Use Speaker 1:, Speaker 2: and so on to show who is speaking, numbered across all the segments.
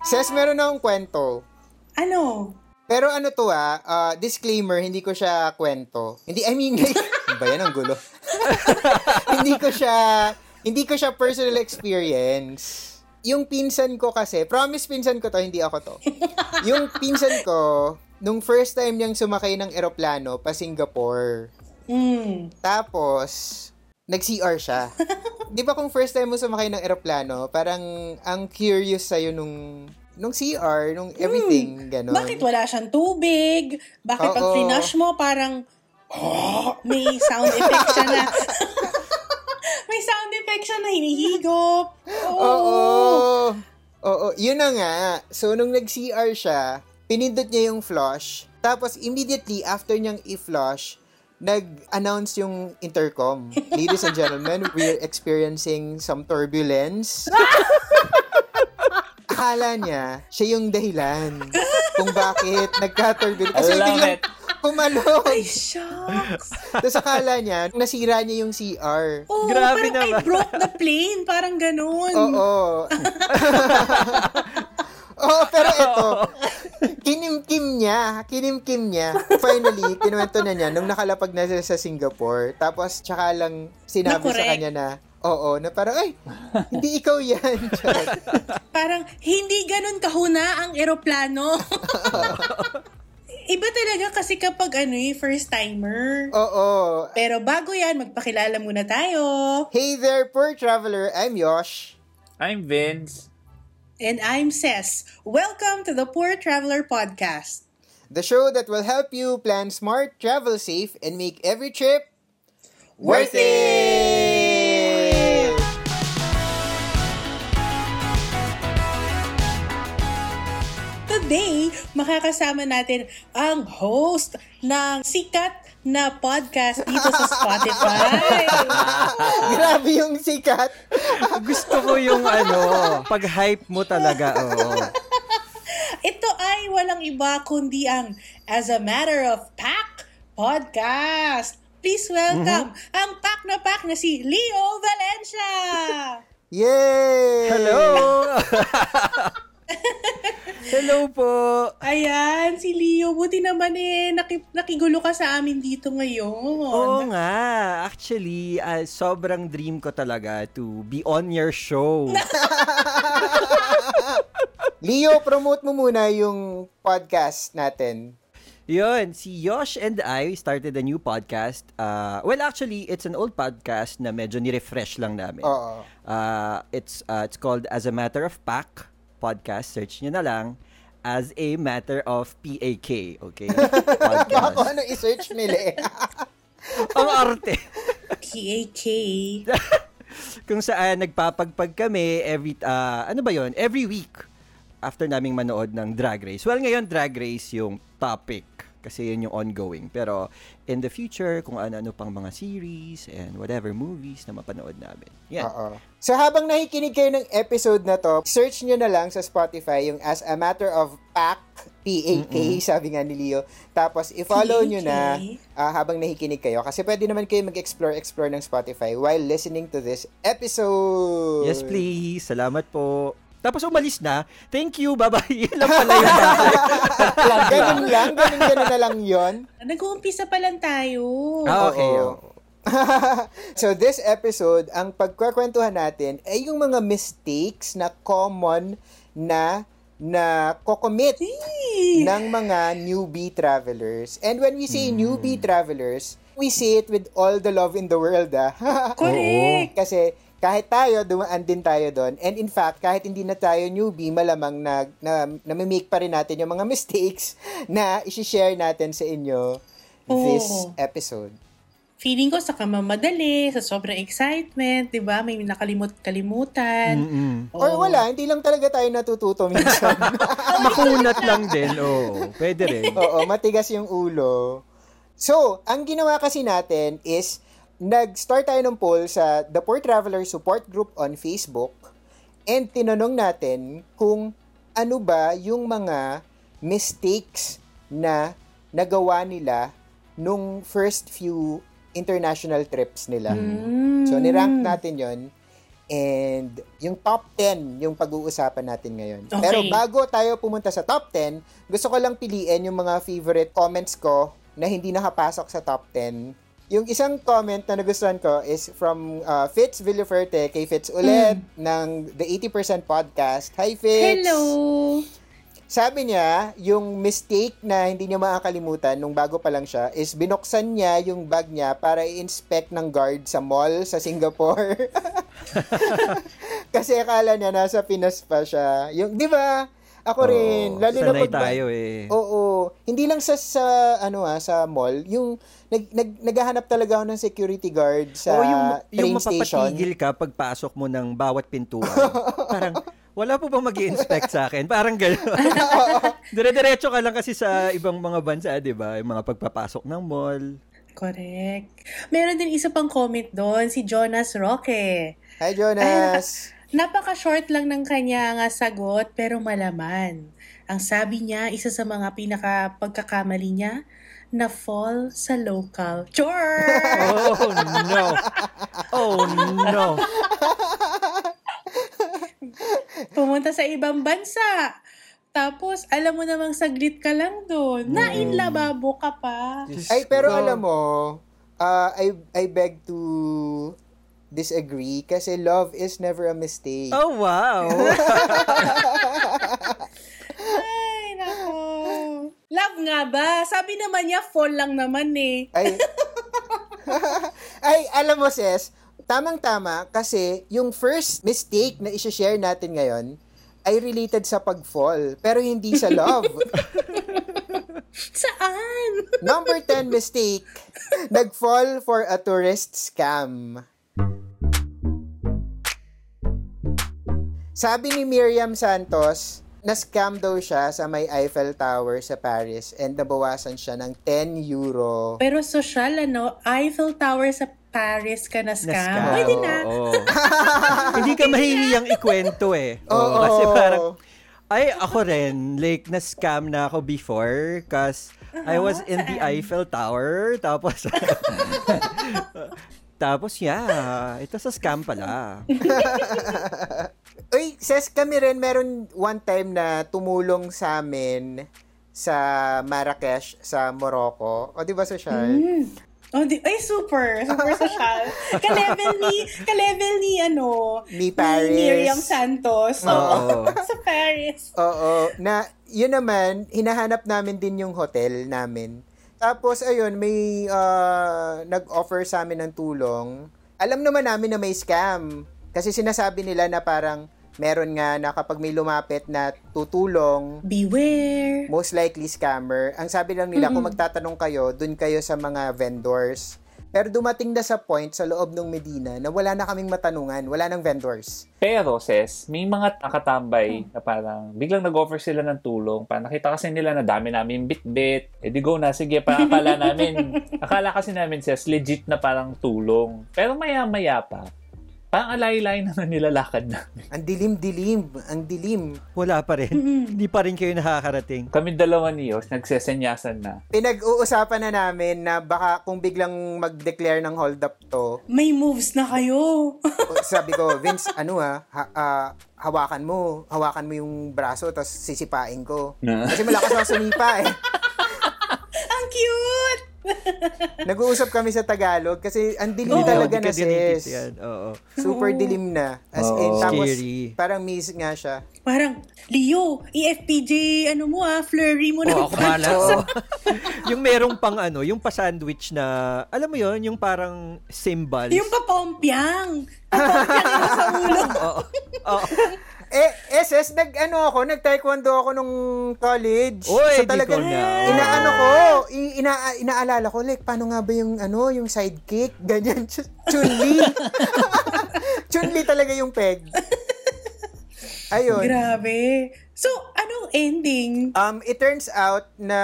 Speaker 1: Ses, meron na akong kwento.
Speaker 2: Ano?
Speaker 1: Pero ano to ah, ah, disclaimer, hindi ko siya kwento. Hindi, I mean, like, ano ba yan ang gulo? hindi ko siya, hindi ko siya personal experience. Yung pinsan ko kasi, promise pinsan ko to, hindi ako to. Yung pinsan ko, nung first time niyang sumakay ng eroplano pa Singapore,
Speaker 2: Mm.
Speaker 1: tapos, nag-CR siya. Di ba kung first time mo sumakay ng eroplano, parang ang curious sa'yo nung nung CR, nung everything, gano'n.
Speaker 2: Bakit wala siyang tubig? Bakit pag
Speaker 1: Ano? Oo.
Speaker 2: flush mo, parang, oh, may sound effect siya na, may sound effect siya na Oh, hinihigop. Oo.
Speaker 1: Oo. Oo, yun na nga. So, nung nag-CR siya, pinindot niya yung flush. Tapos, immediately after niyang i-flush, nag-announce yung intercom. Ladies and gentlemen, we're experiencing some turbulence. Akala niya, siya yung dahilan kung bakit nagka-turbulence. Kasi
Speaker 3: I love
Speaker 1: biglang
Speaker 3: it.
Speaker 1: pumalog.
Speaker 2: Ay, shucks.
Speaker 1: Tapos akala niya, nasira niya yung CR.
Speaker 2: Oo,
Speaker 3: Grabe
Speaker 2: parang I
Speaker 3: naman.
Speaker 2: broke the plane. Parang ganun.
Speaker 1: Oo. Oo, pero ito, kinimkim niya, kinimkim niya. Finally, kinuwento na niya nung nakalapag na siya sa Singapore. Tapos, tsaka lang sinabi sa
Speaker 2: Na-correct.
Speaker 1: kanya na, oo, na parang, ay, hindi ikaw yan. Charot.
Speaker 2: Parang, hindi ganun kahuna ang eroplano. Iba talaga kasi kapag ano eh, first timer.
Speaker 1: oo.
Speaker 2: Pero bago yan, magpakilala muna tayo.
Speaker 1: Hey there, poor traveler, I'm Yosh.
Speaker 3: I'm Vince.
Speaker 2: And I'm Ses. Welcome to the Poor Traveler Podcast.
Speaker 1: The show that will help you plan smart, travel safe, and make every trip worth it!
Speaker 2: Today, makakasama natin ang host ng sikat na podcast dito sa Spotify.
Speaker 1: Grabe yung sikat.
Speaker 4: Gusto ko yung ano, pag-hype mo talaga, oo.
Speaker 2: Ito ay walang iba kundi ang As a Matter of Pack Podcast. Please welcome ang pack na pack na si Leo Valencia.
Speaker 1: Yay!
Speaker 4: Hello! Hello po!
Speaker 2: Ayan, si Leo. Buti naman eh, naki- nakigulo ka sa amin dito ngayon.
Speaker 4: Oo nga, actually, ah, sobrang dream ko talaga to be on your show.
Speaker 1: Leo, promote mo muna yung podcast natin.
Speaker 4: Yun, si Yosh and I started a new podcast. Uh, well, actually, it's an old podcast na medyo ni-refresh lang namin.
Speaker 1: Oo.
Speaker 4: Uh, it's, uh, it's called As a Matter of Pack podcast. Search nyo na lang. As a Matter of PAK, okay? Podcast.
Speaker 1: Ako ano i-search nila eh.
Speaker 4: Ang arte.
Speaker 2: PAK.
Speaker 4: Kung saan nagpapagpag kami every, ah, ano ba yon Every week after naming manood ng Drag Race. Well, ngayon Drag Race yung topic kasi yun yung ongoing. Pero in the future, kung ano-ano pang mga series and whatever movies na mapanood namin. Yan.
Speaker 1: Oo. So habang nakikinig kayo ng episode na to, search nyo na lang sa Spotify yung As a Matter of Pack, PAK, sabi nga ni Leo. Tapos i-follow nyo na
Speaker 2: PAK.
Speaker 1: ah, habang nakikinig kayo. Kasi pwede naman kayo mag-explore-explore ng Spotify while listening to this episode.
Speaker 4: Yes, please. Salamat po. Tapos umalis na. Thank you. Bye-bye. Yun lang pala yung bye
Speaker 1: Ganun lang, ganun ganun na lang yon.
Speaker 2: Nag-uumpisa pa lang tayo.
Speaker 4: Ah, okay.
Speaker 1: Oo. so this episode, ang pagkwekwentuhan natin ay yung mga mistakes na common na na kokomit ng mga newbie travelers. And when we
Speaker 2: Hmm.
Speaker 1: say newbie travelers, we say it with all the love in the world. Ah.
Speaker 2: Correct.
Speaker 1: Kasi kahit tayo, dumaan din tayo doon. And in fact, kahit hindi na tayo newbie, malamang na, na, namimake pa rin natin yung mga mistakes na isi-share natin sa inyo this
Speaker 2: Oo.
Speaker 1: episode.
Speaker 2: Feeling ko sa kamamadali, sa sobrang excitement, di ba? May nakalimot-kalimutan.
Speaker 1: Mm. Or wala, hindi lang talaga tayo natututo minsan.
Speaker 4: Makunat lang din. Oo. Pwede rin.
Speaker 1: Oo, matigas yung ulo. So, ang ginawa kasi natin is, nag-start tayo ng poll sa The Poor Traveler Support Group on Facebook and tinanong natin kung ano ba yung mga mistakes na nagawa nila nung
Speaker 2: Hmm. Mm.
Speaker 1: first few international trips nila. So, nirank natin yon And yung top 10 yung pag-uusapan natin ngayon.
Speaker 2: Okay.
Speaker 1: Pero bago tayo pumunta sa top 10, gusto ko lang piliin yung mga favorite comments ko na hindi nakapasok sa top 10. Yung isang comment na nagustuhan ko is from uh, Fitz Villaferte kay Fitz ulit ng The 80% Podcast. Hi, Fitz!
Speaker 2: Mm. Hello!
Speaker 1: Sabi niya, yung mistake na hindi niya makakalimutan nung bago pa lang siya is binuksan niya yung bag niya para i-inspect ng guard sa mall sa Singapore. Kasi akala niya nasa Pinas pa siya. Yung, di ba? Ako rin.
Speaker 4: Oo,
Speaker 1: lalo na
Speaker 4: sanay
Speaker 1: pag-
Speaker 4: tayo eh.
Speaker 1: Oo. Hindi lang sa, sa ano ah, sa mall. Yung, nag, nag, naghahanap talaga ako ng security guard sa
Speaker 4: Oo, yung, yung
Speaker 1: train station.
Speaker 4: mapapatigil ka pagpasok mo ng bawat pintuan. parang, wala po bang mag inspect sa akin? Parang gano'n. Dire-diretso ka lang kasi sa ibang mga bansa, di ba? Yung mga pagpapasok ng mall.
Speaker 2: Correct. Meron din isa pang comment doon, si Jonas Roque.
Speaker 1: Hi, Jonas!
Speaker 2: Napaka-short lang ng kanya nga sagot pero malaman. Ang sabi niya, isa sa mga pinaka pagkakamali niya, na fall sa local. Chor!
Speaker 4: Oh, no. Oh, no.
Speaker 2: Pumunta sa ibang bansa. Tapos, alam mo namang saglit ka lang doon. Nainlababo ka pa.
Speaker 1: Ay, pero
Speaker 4: Go.
Speaker 1: alam mo, ah, I, I beg to disagree kasi love is never a mistake.
Speaker 4: Oh, wow.
Speaker 2: Ay, nako. Love nga ba? Sabi naman niya, fall lang naman eh.
Speaker 1: Ay, ay, alam mo, sis, tamang-tama kasi yung first mistake na isi-share natin ngayon ay related sa pag-fall, pero hindi sa love.
Speaker 2: Saan?
Speaker 1: Number 10 mistake, nag-fall for a tourist scam. Sabi ni Miriam Santos, na-scam daw siya sa may Eiffel Tower sa Paris and nabawasan siya ng 10 euro.
Speaker 2: Pero social, ano? Eiffel Tower sa Paris ka na scam.
Speaker 4: Na-scam.
Speaker 2: Pwede na.
Speaker 4: Oo. Hindi ka mahihiyang ikwento eh. Oo,
Speaker 1: Oo.
Speaker 4: Kasi parang, ay, ako rin, like, na-scam na ako before because I was in the Eiffel Tower. Tapos, tapos, yeah, ito sa scam pala.
Speaker 1: Uy, ses kami rin, meron one time na tumulong sa amin sa Marrakesh, sa Morocco. O, di ba,
Speaker 4: Mm-hmm.
Speaker 1: Social?
Speaker 2: Oh, di- ay, super. Super social. Ka-level ni, ka-level ni, ano,
Speaker 1: Ni Paris.
Speaker 2: Miriam Santos. Oo.
Speaker 4: Oo.
Speaker 2: sa Paris.
Speaker 1: Oo. Na, yun naman, hinahanap namin din yung hotel namin. Tapos, ayun, may ah, nag-offer sa amin ng tulong. Alam naman namin na may scam. Kasi sinasabi nila na parang meron nga na kapag may lumapit na tutulong,
Speaker 2: Beware.
Speaker 1: most likely scammer. Ang sabi lang nila, kung magtatanong kayo, dun kayo sa mga vendors. Pero dumating na sa point sa loob ng Medina na wala na kaming matanungan, wala nang vendors.
Speaker 3: Pero, sis, may mga nakatambay na parang biglang nag-offer sila ng tulong. Parang nakita kasi nila na dami namin bit-bit. E di go na, sige, parang akala namin, akala kasi namin, sis, legit na parang tulong. Pero maya-maya pa, parang alay-lay na nilalakad namin.
Speaker 1: Ang dilim-dilim, ang dilim.
Speaker 4: Wala pa rin. Hindi pa rin kayo nakakarating.
Speaker 3: Kami dalawa ni Yos, nagsesenyasan na.
Speaker 1: Pinag-uusapan na namin na baka kung biglang mag-declare ng hold up to,
Speaker 2: May moves na kayo.
Speaker 1: sabi ko, Vince, ano ha, ha- ah, hawakan mo, hawakan mo yung braso, tapos sisipain ko.
Speaker 3: Na.
Speaker 1: Kasi malakas ako sumipa eh.
Speaker 2: Ang cute!
Speaker 1: Nag-uusap kami sa Tagalog kasi ang dilim
Speaker 2: Oo.
Speaker 1: talaga
Speaker 4: Hindi
Speaker 1: na
Speaker 4: ka dinitis
Speaker 1: sis.
Speaker 4: yan. Oo.
Speaker 1: Super dilim na. As in,
Speaker 3: Oo.
Speaker 1: tapos
Speaker 4: Scary.
Speaker 1: parang miss nga siya.
Speaker 2: Parang, Leo, EFPJ, ano mo ah, flurry mo na.
Speaker 4: Oo, Oh, ako bahala. Oo. yung merong pang ano, yung pa-sandwich na, alam mo yon yung parang symbols.
Speaker 2: Yung papompyang. Papompyang yung sa ulo.
Speaker 4: Oo. Oo.
Speaker 1: Eh, SS, nag, ano ako, nag-taekwondo ako nung college.
Speaker 4: Uy,
Speaker 1: so
Speaker 4: di
Speaker 1: talaga,
Speaker 4: ko na.
Speaker 1: inaano ko, i- ina, inaalala ko, like, paano nga ba yung, ano, yung sidekick? Ganyan, Ch- Chun-Li. Chun-Li talaga yung peg. Ayun.
Speaker 2: Grabe. So, anong ending?
Speaker 1: Um, it turns out na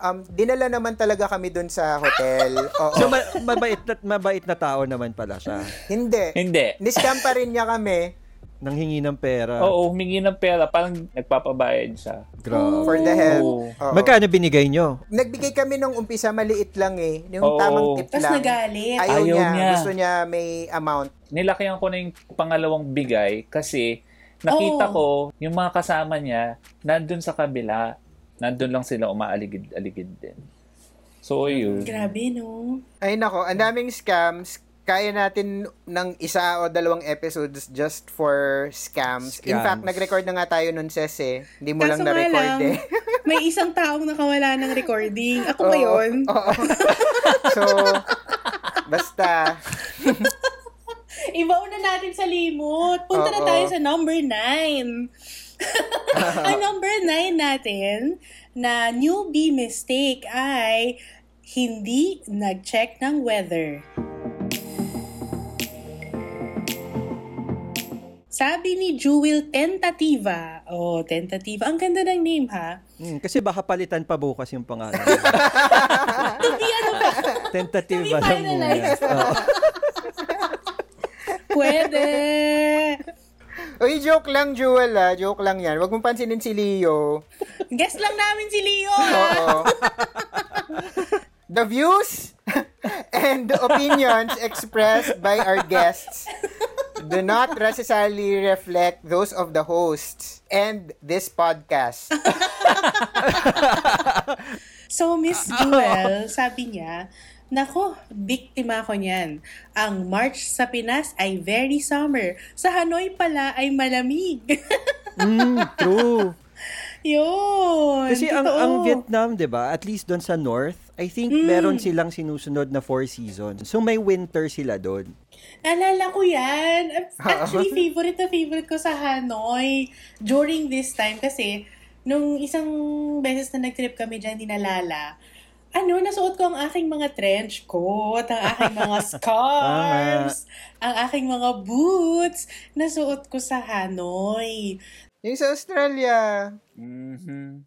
Speaker 1: um, dinala naman talaga kami dun sa hotel. Oo.
Speaker 4: So, ma- mabait, na, mabait na tao naman pala siya.
Speaker 1: hindi.
Speaker 3: Hindi.
Speaker 1: Niscam pa rin niya kami.
Speaker 4: Nang hingi ng pera.
Speaker 3: Oo, humingi ng pera. Parang nagpapabayad siya.
Speaker 4: Grabe.
Speaker 1: For the help.
Speaker 3: Oo.
Speaker 1: Oo.
Speaker 4: Magkano binigay nyo?
Speaker 1: Nagbigay kami nung umpisa, maliit lang eh. Yung
Speaker 3: Oo.
Speaker 1: tamang tip
Speaker 2: Tapos
Speaker 1: lang.
Speaker 2: nagalit.
Speaker 1: Ayaw,
Speaker 3: Ayaw
Speaker 1: niya.
Speaker 3: niya.
Speaker 1: Gusto niya may amount.
Speaker 3: Nilakihan ko na yung pangalawang bigay kasi nakita
Speaker 2: Oo.
Speaker 3: ko yung mga kasama niya nandun sa kabila. Nandun lang sila umaaligid-aligid din. So, yun.
Speaker 2: Grabe, no?
Speaker 1: Ay nako, ang daming scams. Kaya natin ng isa o dalawang episodes just for scams. In
Speaker 4: Scams.
Speaker 1: fact, nag-record na nga tayo nun, Ses eh. Hindi mo
Speaker 2: Kaso
Speaker 1: lang
Speaker 2: nga
Speaker 1: na-record
Speaker 2: lang,
Speaker 1: eh.
Speaker 2: may isang taong nakawala ng recording. Ako
Speaker 1: Oo.
Speaker 2: ba yun?
Speaker 1: Oo. so, basta.
Speaker 2: Ibaon na natin sa limot. Punta na
Speaker 1: Oo.
Speaker 2: tayo sa number 9. Ang number 9 natin na newbie mistake ay hindi nag-check ng weather. Sabi ni Jewel Tentativa. Oh, Tentativa. Ang ganda ng name ha.
Speaker 4: Hmm, kasi baka palitan pa bukas yung pangalan.
Speaker 2: To be ano ba?
Speaker 4: Tentative
Speaker 2: To be
Speaker 4: ba lang muna?
Speaker 2: finalized.
Speaker 4: Oo.
Speaker 2: Pwede.
Speaker 1: Uy, joke lang, Jewel ah. Joke lang yan. Huwag mong pansinin si Leo.
Speaker 2: Guess lang namin si Leo. ha?
Speaker 1: Oo. The views and opinions expressed by our guests do not necessarily reflect those of the hosts and this podcast.
Speaker 2: So,
Speaker 4: Ah, oh.
Speaker 2: Miss Jewel, sabi niya, Nako, biktima ko niyan. Ang March sa Pinas ay very summer. Sa Hanoi pala ay malamig.
Speaker 4: Hmm, true.
Speaker 2: Yun.
Speaker 4: Kasi ang,
Speaker 2: totoo. Hmm.
Speaker 4: ang Vietnam, di ba, at least doon sa north, I think meron silang sinusunod na four seasons. So may winter sila doon.
Speaker 2: Alala ko yan. Actually, favorite na favorite ko sa Hanoi during this time kasi nung isang beses na nag-trip kami dyan, dinalala, ano, nasuot ko ang aking mga trench coat, ang aking mga scarves, ang aking mga boots, nasuot ko sa Hanoi.
Speaker 1: Yung sa Australia,
Speaker 3: Mhm.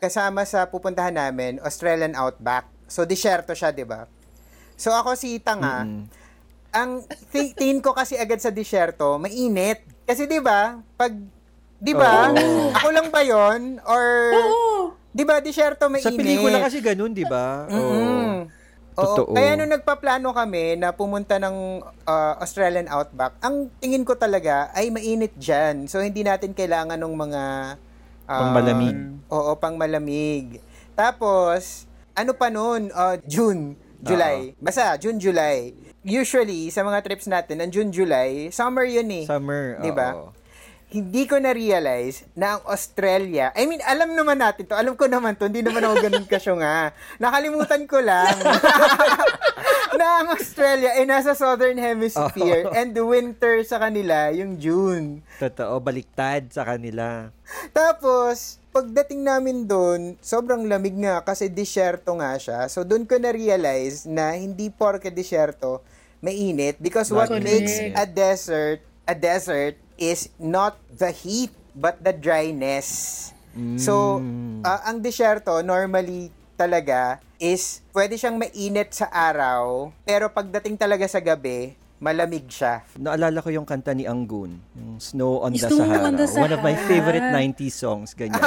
Speaker 1: kasama sa pupuntahan namin, Australian Outback. So, disyerto siya, di ba? So, ako si Tanga. Ang ti- tingin ko kasi agad sa disyerto, mainit. Kasi, di ba, pag, di ba,
Speaker 3: Oo.
Speaker 1: ako lang ba yon Or,
Speaker 2: Oo!
Speaker 1: di ba, disyerto, mainit.
Speaker 4: Sa pelikula kasi ganun, di ba? Oo.
Speaker 1: Mm. Oo.
Speaker 4: Totoo.
Speaker 1: Kaya nung nagpaplano kami na pumunta ng uh, Australian Outback, ang tingin ko talaga ay mainit dyan. So, hindi natin kailangan ng mga... uh,
Speaker 4: Pangmalamig.
Speaker 1: Oo, pang malamig. Tapos, ano pa noon? Uh, June, July. Basta, June, July. Usually, sa mga trips natin, ang June, July, summer yun eh.
Speaker 4: Summer.
Speaker 1: Di ba?
Speaker 4: oo.
Speaker 1: Hindi ko na-realize na ang Australia, I mean, alam naman natin to, alam ko naman to, hindi naman ako ganun kasyo nga. Nakalimutan ko lang na ang Australia ay nasa Southern Hemisphere and the winter sa kanila, yung June.
Speaker 4: Totoo, baliktad sa kanila.
Speaker 1: Tapos, pagdating namin doon, sobrang lamig nga kasi disyerto nga siya. So, doon ko na-realize na hindi porke disyerto, mainit. Because what
Speaker 4: Correct.
Speaker 1: makes a desert, a desert is not the heat, but the dryness. So, ah, ang disyerto, normally talaga, is pwede siyang mainit sa araw, pero pagdating talaga sa gabi, malamig siya.
Speaker 4: Naalala ko yung kanta ni Anggun, yung Snow on the
Speaker 2: Snow
Speaker 4: Sahara.
Speaker 2: on the
Speaker 4: One of my
Speaker 2: Sahara.
Speaker 4: favorite 90s songs, ganyan.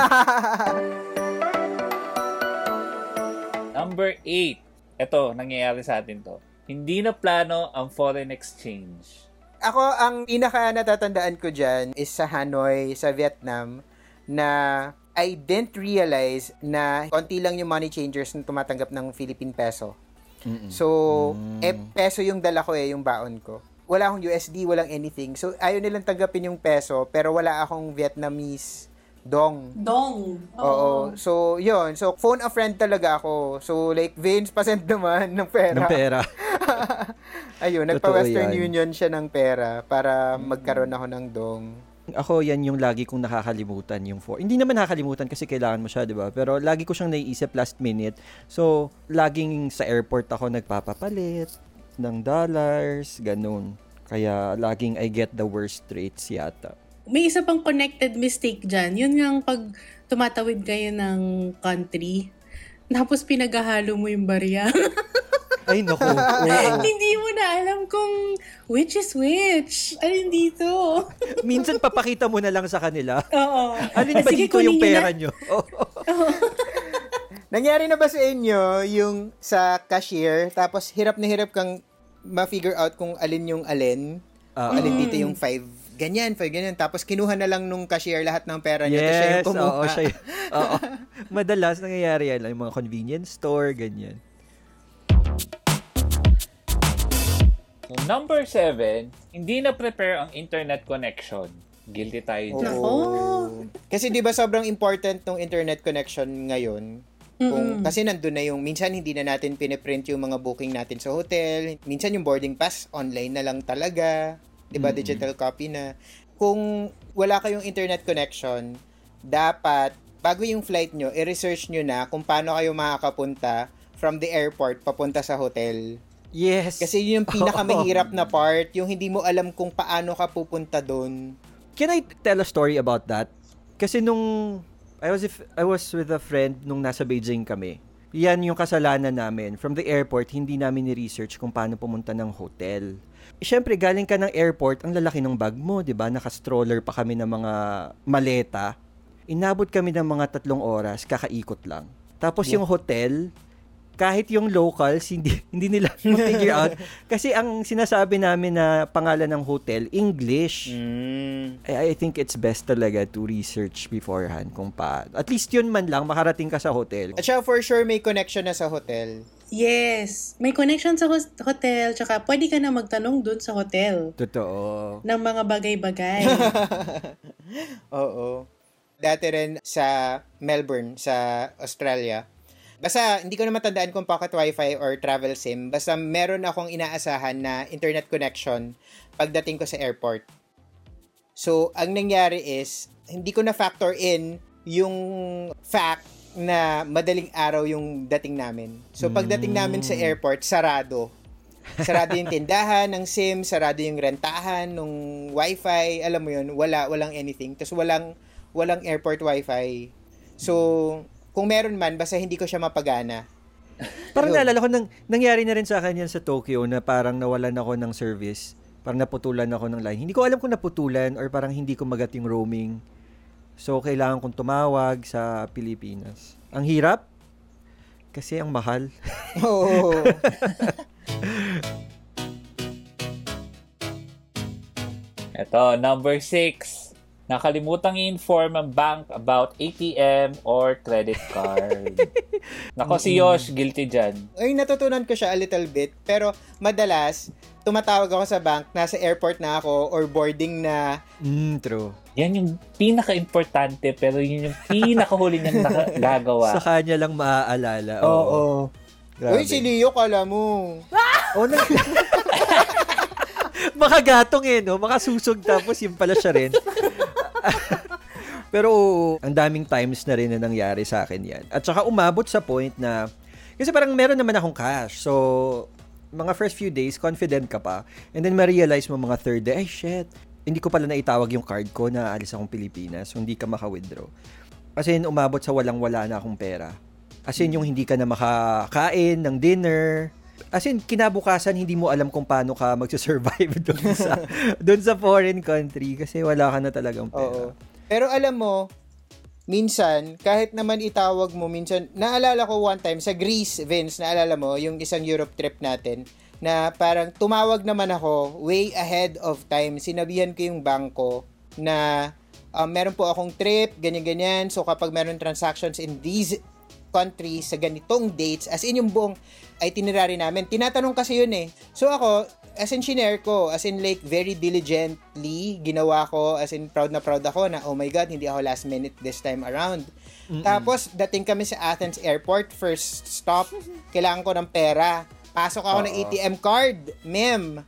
Speaker 3: Number 8. Ito, nangyayari sa atin to. Hindi na plano ang foreign exchange.
Speaker 1: Ako, ang pinaka natatandaan ko dyan is sa Hanoi, sa Vietnam, na I didn't realize na konti lang yung money changers na tumatanggap ng Philippine peso. So, eh, peso yung dala ko eh, yung baon ko. Wala akong USD, walang anything. So, ayaw nilang tanggapin yung peso, pero wala akong Vietnamese dong.
Speaker 2: Dong.
Speaker 1: Oo. So, yun. So, phone a friend talaga ako. So, like, Vince, pasend naman ng pera.
Speaker 4: ng pera.
Speaker 1: Ayun,
Speaker 4: Totoo
Speaker 1: nagpa-Western
Speaker 4: yan. Mm.
Speaker 1: Union siya ng pera para magkaroon ako ng dong.
Speaker 4: Ako, yan yung lagi kong nakakalimutan yung four. Hindi naman nakakalimutan kasi kailangan mo siya, di ba? Pero lagi ko siyang naiisip last minute. So, laging sa airport ako nagpapapalit ng dollars, ganun. Kaya laging I get the worst rates yata.
Speaker 2: May isa pang connected mistake dyan. Yun nga ang pag tumatawid kayo ng country, tapos pinaghahalo mo yung barya.
Speaker 4: Ay, naku. Oo.
Speaker 2: Hindi mo na alam kung which is which. Alin dito?
Speaker 4: Minsan papakita mo na lang sa kanila.
Speaker 2: Oo.
Speaker 1: Ah,
Speaker 4: Alin ba
Speaker 2: Sige,
Speaker 4: dito
Speaker 2: kunin niyo
Speaker 4: yung
Speaker 2: na.
Speaker 4: pera nyo? Oo.
Speaker 1: Nangyari na ba sa inyo yung sa cashier, tapos hirap na hirap kang ma-figure out kung alin yung alin?
Speaker 4: Oo.
Speaker 1: Ah, Alin dito yung five ganyan, five ganyan. Tapos kinuha na lang nung cashier lahat ng pera niya. tapos siya
Speaker 4: Yes,
Speaker 1: yung kumuha.
Speaker 4: oo, siya yun. Oo. Madalas nangyayari yan, yung mga convenience store, ganyan.
Speaker 3: Number seven, hindi na prepare ang internet connection. Guilty tayo
Speaker 1: Oo.
Speaker 3: dyan.
Speaker 2: Nako.
Speaker 1: Kasi 'di ba sobrang important ng internet connection ngayon? Kung, kasi nandun na yung, minsan hindi na natin piniprint yung mga booking natin sa hotel. Minsan yung boarding pass, online na lang talaga. 'Di ba Digital copy na. Kung wala kayong internet connection, dapat, bago yung flight nyo, i-research nyo na kung paano kayo makakapunta from the airport papunta sa hotel.
Speaker 4: Yes.
Speaker 1: Kasi yun yung pinakamahirap na part, yung hindi mo alam kung paano ka pupunta doon.
Speaker 4: Can I tell a story about that? Kasi nung I was if I was with a friend nung nasa Beijing kami. Yan yung kasalanan namin. From the airport, hindi namin ni-research kung paano pumunta ng hotel. Siyempre, galing ka ng airport, ang lalaki ng bag mo, di ba? Naka-stroller pa kami ng mga maleta. Inabot kami ng mga tatlong oras, kakaikot lang. Tapos yung hotel, kahit yung locals, hindi, hindi nila ma-figure out. Kasi ang sinasabi namin na pangalan ng hotel, English.
Speaker 1: Mm.
Speaker 4: I I think it's best talaga to research beforehand kung pa. At least yun man lang, makarating ka sa hotel.
Speaker 1: At siya for sure may connection na sa hotel.
Speaker 2: Yes. May connection sa hos- hotel. Tsaka pwede ka na magtanong dun sa hotel
Speaker 4: Totoo.
Speaker 2: ng mga bagay-bagay.
Speaker 1: Oo. Dati rin sa Melbourne, sa Australia. Basta, hindi ko na matandaan kung pocket wifi or travel sim. Basta meron akong inaasahan na internet connection pagdating ko sa airport. So, ang nangyari is, hindi ko na factor in yung fact na madaling araw yung dating namin. So, pagdating namin sa airport, sarado. Sarado yung tindahan ng SIM, sarado yung rentahan ng wifi, alam mo yun, wala, walang anything. Tapos walang, walang airport wifi. So, kung meron man, basta hindi ko siya mapagana.
Speaker 4: Parang
Speaker 1: Yun.
Speaker 4: naalala ko, nang, nangyari na rin sa akin yan sa Tokyo na parang nawalan ako ng service. Parang naputulan ako ng line. Hindi ko alam kung naputulan or parang hindi ko magat yung roaming. So, kailangan kong tumawag sa Pilipinas. Ang hirap kasi ang mahal.
Speaker 1: Oo.
Speaker 3: Ito, number six, nakalimutang i-inform ang bank about ATM or credit card. Nako, si Yosh, guilty dyan.
Speaker 1: Ay, natutunan ko siya a little bit. Pero madalas, tumatawag ako sa bank, nasa airport na ako or boarding na.
Speaker 4: Mm, true.
Speaker 3: Yan yung pinaka-importante pero yun yung pinakahuli niyang nagagawa.
Speaker 4: Sa kanya lang maaalala. Oo.
Speaker 1: Uy, si Leo, kala mo.
Speaker 4: Oh, na- Makagatong eh, no? Makasusog tapos yun pala siya rin. Pero oo, ang daming times na rin na nangyari sa akin yan. At saka umabot sa point na, kasi parang meron naman akong cash. So, mga first few days, confident ka pa. And then ma-realize mo mga third day, ay shit, hindi ko pala naitawag yung card ko na alis akong Pilipinas. So, hindi ka maka-withdraw. As in, umabot sa walang-wala na akong pera. As in, yung hindi ka na makakain ng dinner. As in, kinabukasan, hindi mo alam kung paano ka magsusurvive doon sa, doon sa foreign country kasi wala ka na talagang
Speaker 1: Oo.
Speaker 4: pera.
Speaker 1: Pero alam mo, minsan, kahit naman itawag mo, minsan, naalala ko one time sa Greece, Vince, naalala mo, yung isang Europe trip natin, na parang tumawag naman ako way ahead of time. Sinabihan ko yung bangko na um, meron po akong trip, ganyan-ganyan. So kapag meron transactions in these countries sa ganitong dates, as in yung buong itinerary namin, tinatanong kasi yun eh. So ako, as in shinare ko, as in like very diligently ginawa ko, as in proud na proud ako na oh my god, hindi ako last minute this time around. Tapos dating kami sa Athens Airport, first stop, kailangan ko ng pera. Pasok ako ng ATM card, mem.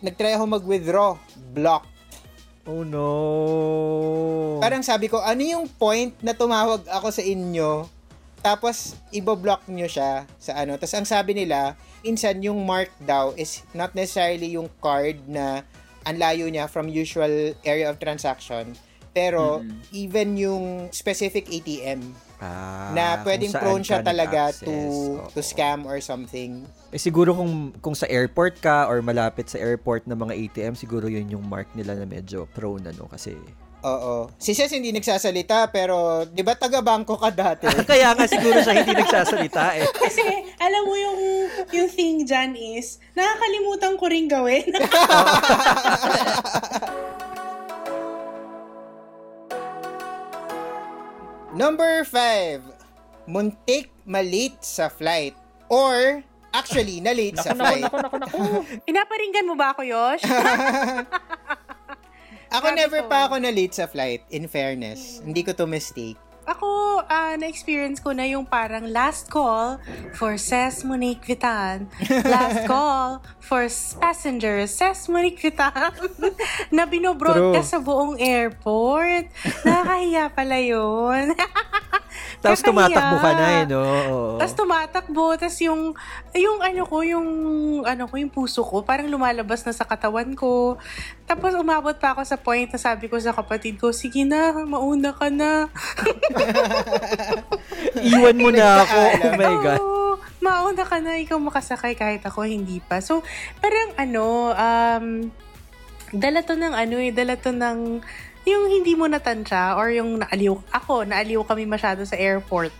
Speaker 1: Nagtry ako mag-withdraw, block.
Speaker 4: Oh no!
Speaker 1: Parang sabi ko, ano yung point na tumawag ako sa inyo, tapos iboblock nyo siya sa ano. Tapos ang sabi nila, minsan yung mark daw is not necessarily yung card na ang layo niya from usual area of transaction. Pero
Speaker 4: Mm-hmm.
Speaker 1: even yung specific ATM
Speaker 4: Ah,
Speaker 1: na
Speaker 4: kung
Speaker 1: pwedeng
Speaker 4: saan
Speaker 1: prone siya
Speaker 4: ka
Speaker 1: talaga
Speaker 4: nag-access.
Speaker 1: to
Speaker 4: Oo.
Speaker 1: to scam or something.
Speaker 4: Eh, siguro kung kung sa airport ka or malapit sa airport ng mga ATM, siguro yun yung mark nila na medyo prone ano kasi.
Speaker 1: Oo. Si Ces hindi nagsasalita pero 'di ba taga-bangko ka dati?
Speaker 4: Kaya nga siguro siya hindi nagsasalita eh.
Speaker 2: Kasi, alam mo yung, yung thing dyan is, nakakalimutan ko rin gawin.
Speaker 1: Number 5. Muntik malate sa flight or actually na-late sa flight.
Speaker 3: Naku, naku, naku.
Speaker 2: Pinaparinggan mo ba ako, Yosh?
Speaker 1: Ako
Speaker 2: Grabe
Speaker 1: never
Speaker 2: to. Hmm.
Speaker 1: pa ako na-late sa flight in fairness. Hindi ko to mistake.
Speaker 2: Ako, ah, na-experience ko na yung parang last call for Ses Monique Vitan. Last call for s- passenger Ses Monique Vitan na binobroadcast sa buong airport. Nakakahiya pala yun.
Speaker 4: Tapos
Speaker 2: Kakahiya.
Speaker 4: tumatakbo ka na eh, no? Oo.
Speaker 2: Tapos tumatakbo, tapos yung, yung ano ko, yung, ano ko, yung puso ko, parang lumalabas na sa katawan ko. Tapos umabot pa ako sa point na sabi ko sa kapatid ko, sige na, mauna ka na.
Speaker 4: Iwan mo na ako. Oh my God.
Speaker 2: Oo, mauna ka na, ikaw makasakay kahit ako hindi pa. So, parang ano, um, dala to ng ano eh, dala to ng yung hindi mo natansya or yung naaliw, ako, naaliw kami masyado sa airport.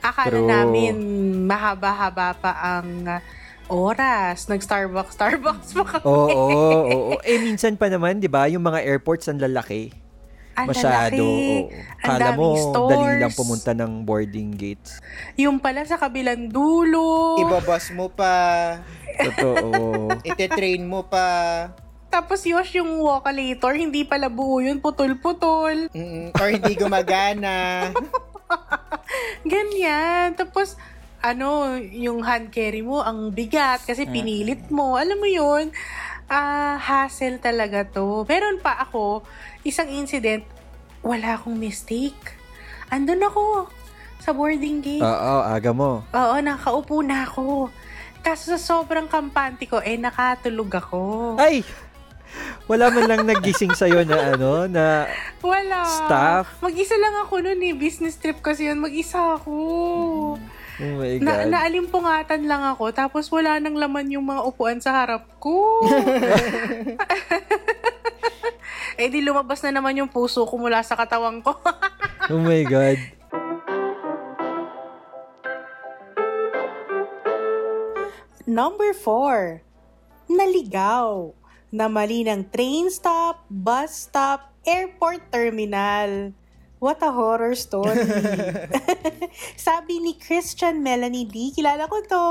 Speaker 2: Akala
Speaker 4: True.
Speaker 2: namin mahaba-haba pa ang ah, oras. Nag-Starbucks, Starbucks pa kami.
Speaker 4: Oo, oo, oo. Eh, minsan pa naman, di ba, yung mga airports ang lalaki.
Speaker 2: Ang
Speaker 4: Masyado.
Speaker 2: lalaki.
Speaker 4: oo.
Speaker 2: ang
Speaker 4: Kala mo,
Speaker 2: daming stores.
Speaker 4: dali lang pumunta ng boarding gates.
Speaker 2: Yung pala sa kabilang dulo.
Speaker 1: Ibabas mo pa,
Speaker 4: Totoo.
Speaker 1: itetrain mo pa,
Speaker 2: Tapos Yosh, yung walkalator, hindi pala buo yun, putol-putol.
Speaker 1: mm, or hindi gumagana.
Speaker 2: Ganyan. Tapos, ano, yung hand carry mo, ang bigat kasi pinilit mo. Alam mo yun, ah, hassle talaga to. Meron pa ako, isang incident, wala akong mistake. Andun ako sa boarding gate.
Speaker 4: Oo, aga mo.
Speaker 2: Oo, nakaupo na ako. Kaso sa sobrang kampante ko, eh, nakatulog ako.
Speaker 4: Ay! Wala man lang nagising sa'yo na ano, na
Speaker 2: Wala.
Speaker 4: Staff?
Speaker 2: Mag-isa lang ako nun eh. Business trip kasi yun. Mag-isa ako.
Speaker 4: oh my
Speaker 2: Na,
Speaker 4: God.
Speaker 2: naalimpungatan lang ako, tapos wala nang laman yung mga upuan sa harap ko. eh di lumabas na naman yung puso ko mula sa katawan ko.
Speaker 4: Oh my God.
Speaker 2: Number four, naligaw. Na mali ng train stop, bus stop, airport terminal. What a horror story. Sabi ni Christian Melanie D, kilala ko to.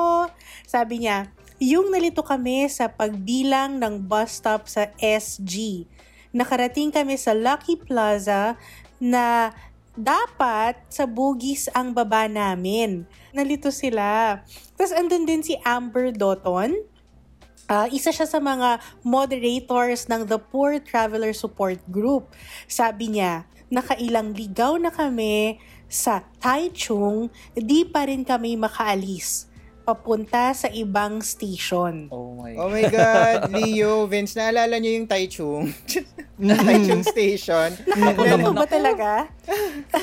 Speaker 2: Sabi niya, yung nalito kami sa pagbilang ng bus stop sa SG. Nakarating kami sa Lucky Plaza na dapat sa bugis ang baba namin. Nalito sila. Tapos andun din si Amber Doton. Ah, isa siya sa mga moderators ng The Poor Traveler Support Group. Sabi niya, nakailang ligaw na kami sa Taichung, di pa rin kami makaalis papunta sa ibang station.
Speaker 3: Oh my
Speaker 1: Oh
Speaker 3: God.
Speaker 1: my God, Leo, Vince, naalala niyo yung Taichung? Taichung
Speaker 3: Hmm.
Speaker 1: Station.
Speaker 2: Nakakuna po ba talaga?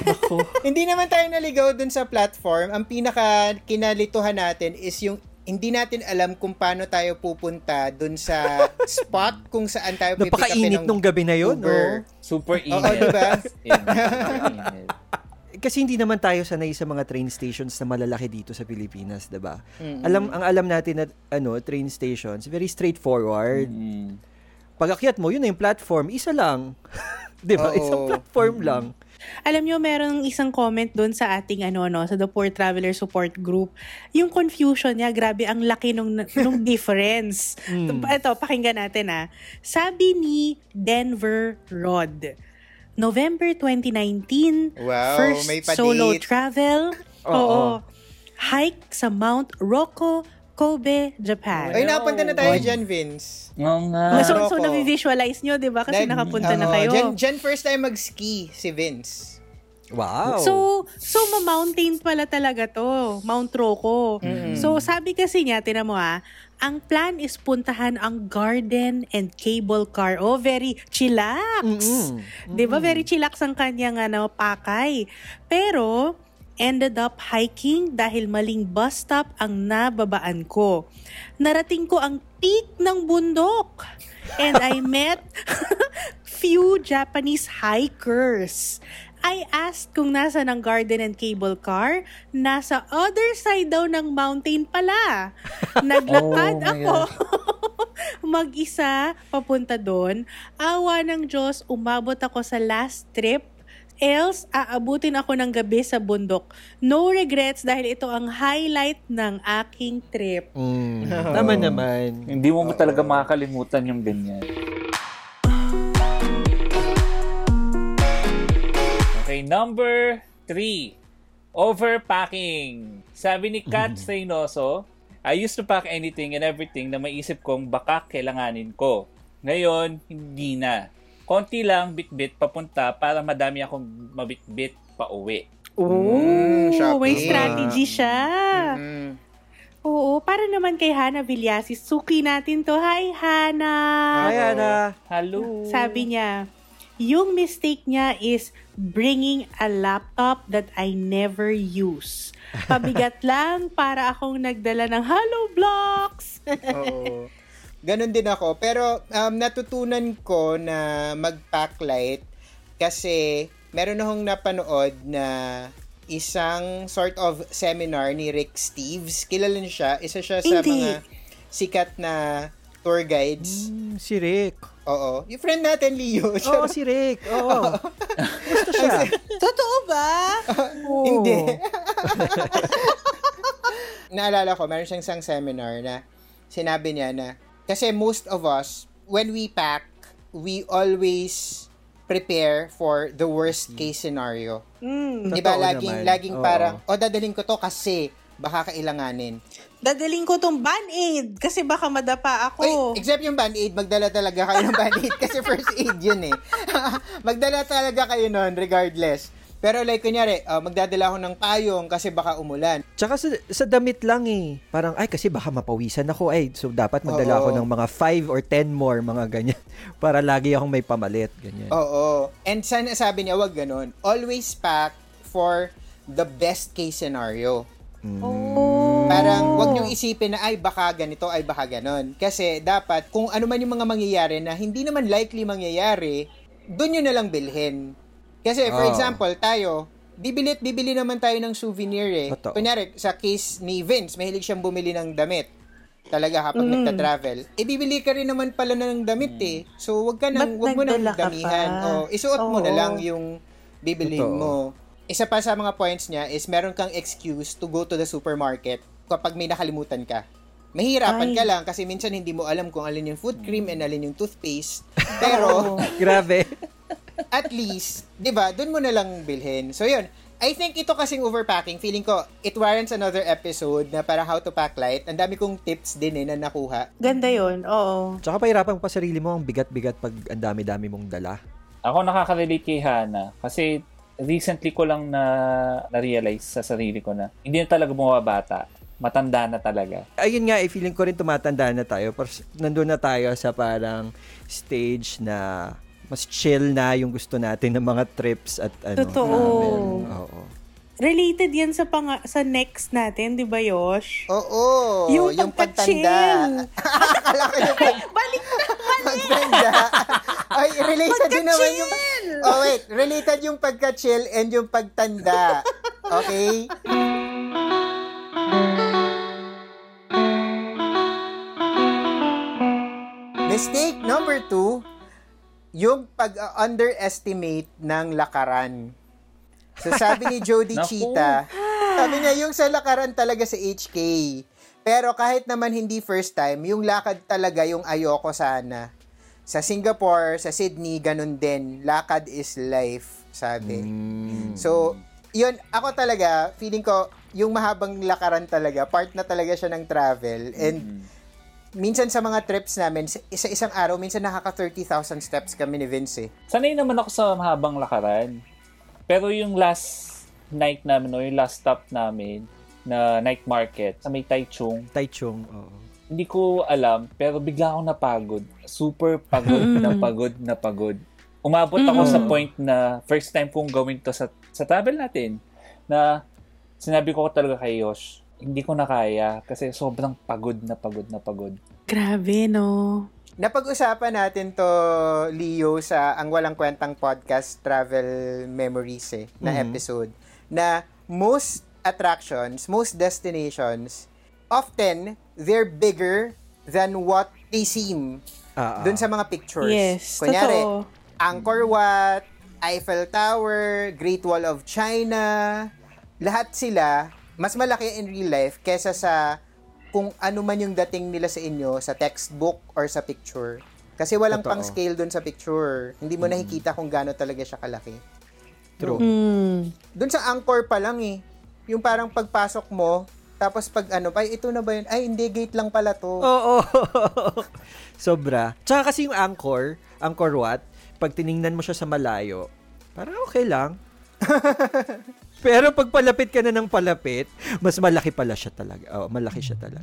Speaker 3: Naku.
Speaker 1: hindi naman tayo naligaw dun sa platform. Ang pinaka kinalituhan natin is yung hindi natin alam kung paano tayo pupunta dun sa spot kung saan tayo pipick upin
Speaker 4: Napakainit
Speaker 1: ng
Speaker 4: nung gabi na yun, oh.
Speaker 1: Uber.
Speaker 4: no?
Speaker 3: Super init.
Speaker 1: Oo, diba?
Speaker 3: Init, super init.
Speaker 4: Kasi hindi naman tayo sanay sa mga train stations na malalaki dito sa Pilipinas, 'di ba?
Speaker 1: Mm-mm.
Speaker 4: Alam ang alam natin na ano, train stations, very straightforward.
Speaker 3: Mm.
Speaker 4: Pag akyat mo, yun na yung platform, isa lang. 'Di ba?
Speaker 1: Oo.
Speaker 4: Isang platform lang.
Speaker 2: Alam nyo, merong isang comment doon sa ating ano, no, sa The Poor Traveler Support Group. Yung confusion niya, grabe, ang laki nung, nung difference.
Speaker 1: Hmm.
Speaker 2: Ito, pakinggan natin ah. Sabi ni Denver Rod, November 2019,
Speaker 1: Wow,
Speaker 2: first
Speaker 1: may pa-date.
Speaker 2: solo travel.
Speaker 4: Oo.
Speaker 2: Hike sa Mount Rocco, Kobe, Japan.
Speaker 1: Ay, napunta na tayo
Speaker 4: Oy.
Speaker 1: dyan, Vince.
Speaker 3: Oo nga.
Speaker 1: Mas-
Speaker 2: so, so,
Speaker 1: Rocco. ano,
Speaker 2: nabivisualize nyo, di ba? Kasi
Speaker 1: Dahil-
Speaker 2: nakapunta na
Speaker 1: Oo,
Speaker 2: kayo.
Speaker 1: Dyan, dyan first time mag-ski si Vince.
Speaker 4: Wow.
Speaker 2: So, so ma-mountain pala talaga to. Mount Rocco. So, sabi kasi niya, tinan mo ha, ang plan is puntahan ang garden and cable car. Oh, very chillax. Di ba? Very chillax ang kanyang ano, pakay. Pero, ended up hiking dahil maling bus stop ang nababaan ko. Narating ko ang peak ng bundok. And I met few Japanese hikers. I asked kung nasa ng garden and cable car. Nasa other side daw ng mountain pala. Naglakad
Speaker 3: Oh my
Speaker 2: ako. Mag-isa papunta doon. Awa ng Diyos, umabot ako sa last trip. Else, aabutin ako ng gabi sa bundok. No regrets dahil ito ang highlight ng aking trip.
Speaker 4: Mm. Tama naman.
Speaker 3: Hindi mo talaga makakalimutan yung ganyan. Okay, number three. Overpacking. Sabi ni Kat Reynoso, I used to pack anything and everything na maisip kong baka kailanganin ko. Ngayon, hindi na. Konti lang bitbit papunta para madami akong mabitbit pa uwi.
Speaker 1: Mm,
Speaker 2: Oh, may
Speaker 1: shopping.
Speaker 2: strategy siya. Ah.
Speaker 1: Mm.
Speaker 2: Oo, para naman kay Hana Villasis. Suki natin to. Hi, Hana!
Speaker 4: Hi, Ana.
Speaker 3: Hello.
Speaker 2: Sabi niya, yung mistake niya is bringing a laptop that I never use. Pabigat lang para akong nagdala ng hollow blocks.
Speaker 1: Oo. Ganon din ako. Pero um, natutunan ko na mag-pack light kasi meron akong napanood na isang sort of seminar ni Rick Steves. Kilala niyo siya. Isa siya sa
Speaker 2: Hindi.
Speaker 1: mga sikat na tour guides.
Speaker 4: Mm, si Rick.
Speaker 1: Oo. Yung friend natin, Leo.
Speaker 4: Oo,
Speaker 1: Siya-
Speaker 4: si Rick.
Speaker 1: Oh.
Speaker 4: Oo. Gusto siya.
Speaker 2: Totoo ba?
Speaker 4: Oo.
Speaker 1: Hindi. Naalala ko, meron siyang isang seminar na sinabi niya na, kasi most of us, when we pack, we always prepare for the worst case scenario.
Speaker 2: Mm.
Speaker 1: Di ba?
Speaker 4: Hmm. Totoo
Speaker 1: Laging,
Speaker 4: naman.
Speaker 1: laging
Speaker 4: Oo.
Speaker 1: parang, o dadalhin ko to kasi baka kailanganin.
Speaker 2: Dadaling ko tong band-aid kasi baka madapa ako.
Speaker 1: Oy, except yung band-aid, magdala talaga kayo ng band-aid kasi first aid yun eh. magdala talaga kayo nun regardless. Pero like kunyari, uh, magdadala ako ng payong kasi baka umulan.
Speaker 4: Tsaka sa, sa damit lang eh. Parang, ay, kasi baka mapawisan ako. Ay, so dapat magdala ako
Speaker 1: Oo.
Speaker 4: ng mga 5 or 10 more, mga ganyan. Para lagi akong may pamalit.
Speaker 1: Oh.
Speaker 4: Ganyan.
Speaker 1: Oo. And sana sabi niya, wag ganun. Always pack for the best case scenario.
Speaker 4: Hmm.
Speaker 2: Oh.
Speaker 1: Parang wag niyong isipin na ay baka ganito, ay baka ganon. Kasi dapat kung ano man yung mga mangyayari na hindi naman likely mangyayari, doon yun na lang bilhin. Kasi for
Speaker 4: Oo.
Speaker 1: example, tayo, bibili at bibili naman tayo ng souvenir eh.
Speaker 4: Totoo.
Speaker 1: Kunyari, sa case ni Vince, mahilig siyang bumili ng damit talaga
Speaker 2: Mm-hmm.
Speaker 1: kapag nagta-travel. Eh, bibili ka rin naman pala ng damit eh. So, wag ka nang,
Speaker 2: Ba't
Speaker 1: wag mo nang
Speaker 2: nagdala ka
Speaker 1: damihan.
Speaker 2: pa?
Speaker 1: O, isuot mo na
Speaker 2: Oo.
Speaker 1: lang yung bibilhin
Speaker 4: Totoo.
Speaker 1: mo. Isa pa sa mga points niya is meron kang excuse to go to the supermarket kapag may nakalimutan ka. Mahirapan
Speaker 2: Ay.
Speaker 1: ka lang kasi minsan hindi mo alam kung alin yung food cream and alin yung toothpaste. Pero,
Speaker 4: Grabe.
Speaker 1: at least, 'di ba? Doon mo na lang bilhin. So 'yun. I think ito kasing overpacking, feeling ko it warrants another episode na para how to pack light. Ang dami kong tips din eh na nakuha.
Speaker 2: Ganda yon oo.
Speaker 4: Tsaka pahirapan mo pa sarili mo ang bigat-bigat pag ang dami-dami mong dala.
Speaker 3: Ako nakaka-relate kay Hana kasi recently ko lang na na-realize sa sarili ko na hindi na talaga bumabata. Matanda na talaga.
Speaker 4: ayun nga, eh, feeling ko rin tumatanda na tayo. Pero s- nandun na tayo sa parang stage na mas chill na yung gusto natin ng mga trips at ano.
Speaker 2: Totoo.
Speaker 4: travel. Oo.
Speaker 2: Related yan sa pang- sa next natin, di ba, Yosh?
Speaker 1: Oo,
Speaker 2: Yung
Speaker 1: pagtanda.
Speaker 2: pagka-chill.
Speaker 1: Akala ko yung pag-
Speaker 2: Balik
Speaker 1: pagtanda. Ay, related din naman yung... Oh, wait. Related yung pagka-chill and yung pagtanda. Okay? Mistake number two, yung pag-underestimate ng lakaran. So sabi ni Jody
Speaker 3: Naku.
Speaker 1: Cheetah, sabi niya yung sa lakaran talaga sa HK. Pero kahit naman hindi first time, yung lakad talaga yung ayoko sana. Sa Singapore, sa Sydney, ganun din. Lakad is life, sabi. So, yun, ako talaga, feeling ko, yung mahabang lakaran talaga, part na talaga siya ng travel. And minsan sa mga trips namin, sa sa isang araw, minsan nakaka 30,000 steps kami ni Vince eh.
Speaker 3: Sanay naman ako sa mahabang lakaran. Pero yung last night namin, o yung last stop namin, na night market sa may Taichung,
Speaker 4: Taichung, oo.
Speaker 3: hindi ko alam, pero bigla akong napagod. Super pagod na pagod na pagod. Umabot ako sa point na first time kong gawin to sa, sa travel natin na sinabi ko talaga kay Yosh, hindi ko na kaya kasi sobrang pagod na pagod na pagod.
Speaker 2: Grabe, no?
Speaker 1: Napag-usapan natin to, Leo, sa Ang Walang Kwentang Podcast Travel Memories eh, na episode. Na most attractions, most destinations, often, they're bigger than what they seem
Speaker 4: Ah, ah.
Speaker 1: dun sa mga pictures.
Speaker 2: Yes,
Speaker 1: Kunyari,
Speaker 2: totoo.
Speaker 1: Angkor Wat, Eiffel Tower, Great Wall of China, lahat sila mas malaki in real life kesa sa kung ano man yung dating nila sa inyo sa textbook or sa picture. Kasi walang
Speaker 4: Totoo.
Speaker 1: pang scale doon sa picture. Hindi mo nakikita kung gaano talaga siya kalaki.
Speaker 4: True.
Speaker 2: Mm.
Speaker 1: Doon sa Angkor pa lang eh. Yung parang pagpasok mo, tapos pag ano, ay ito na ba yun? Ay hindi, gate lang pala
Speaker 2: Oh,
Speaker 1: to.
Speaker 4: Oo. Sobra. Tsaka kasi yung Angkor, Angkor Wat, pag tiningnan mo siya sa malayo, parang okay lang. Pero pag palapit ka na ng palapit, mas malaki pala siya talaga. Oo, malaki siya talaga.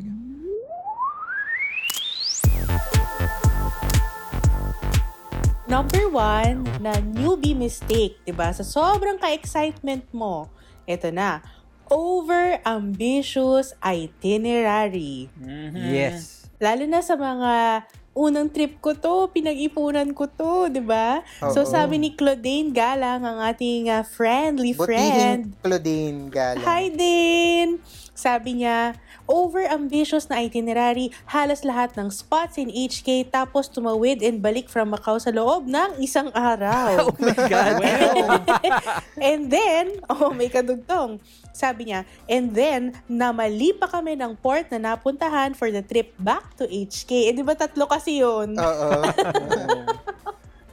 Speaker 2: Number one na newbie mistake, di ba? Sa sobrang ka-excitement mo, eto na, over-ambitious itinerary.
Speaker 4: Mm-hmm. Yes.
Speaker 2: Lalo na sa mga unang trip ko to, pinag-ipunan ko to, di ba? So
Speaker 1: Oo.
Speaker 2: sabi ni Claudine Galang, ang ating ah, friendly friend,
Speaker 1: Butihing Claudine Galang.
Speaker 2: Hi din! Sabi niya, over-ambitious na itinerary, halos lahat ng spots in HK tapos tumawid and balik from Macau sa loob ng isang araw.
Speaker 4: Oh my God.
Speaker 3: Well,
Speaker 2: and then, oh may kadugtong, sabi niya, and then, namali pa kami ng port na napuntahan for the trip back to HK. Eh di ba tatlo kasi yun?
Speaker 1: Oh, Oo.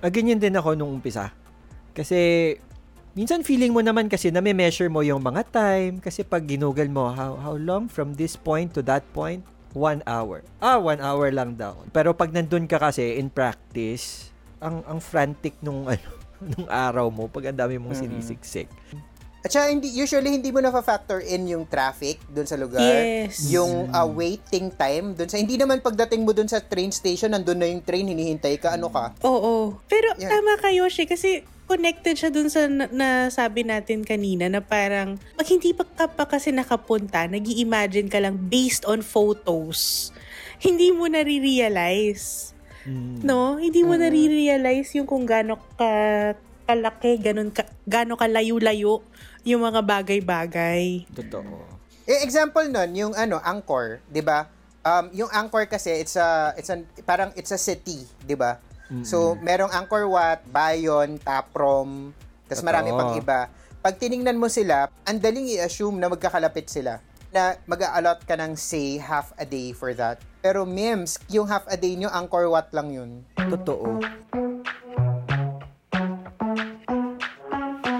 Speaker 4: Ah, ganyan din ako nung umpisa. Kasi, minsan feeling mo naman kasi na may measure mo yung mga time. Kasi pag ginugol mo, how, how long from this point to that point? One hour. Ah, one hour lang daw. Pero pag nandun ka kasi, in practice, ang, ang frantic nung, ano, nung araw mo pag ang dami mong sinisiksik.
Speaker 1: At saka, hindi, usually hindi mo na-factor in yung traffic doon sa lugar.
Speaker 2: Yes.
Speaker 1: Yung uh, waiting time doon sa... Hindi naman pagdating mo doon sa train station, nandun na yung train, hinihintay ka, ano ka.
Speaker 2: Oo. Pero
Speaker 1: Yan.
Speaker 2: tama kayo, Yoshi, kasi connected siya dun sa na- nasabi natin kanina na parang pag hindi pa ka pa kasi nakapunta, nag imagine ka lang based on photos, hindi mo nare-realize.
Speaker 4: Mm.
Speaker 2: No? Hindi mo nare-realize yung kung gaano ka kalaki, ganun ka, gaano kalayo-layo yung mga bagay-bagay.
Speaker 4: Totoo.
Speaker 1: Eh, example nun, yung ano, Angkor, di ba? Um, yung Angkor kasi, it's a, it's an, parang it's a city, di ba? So, merong Angkor Wat, Bayon, Taprom, tas
Speaker 4: Totoo.
Speaker 1: marami pang iba. Pag tiningnan mo sila, ang daling i-assume na magkakalapit sila na mag-allot ka ng say half a day for that. Pero memes, yung half a day nyo, Angkor Wat lang yun.
Speaker 4: Totoo.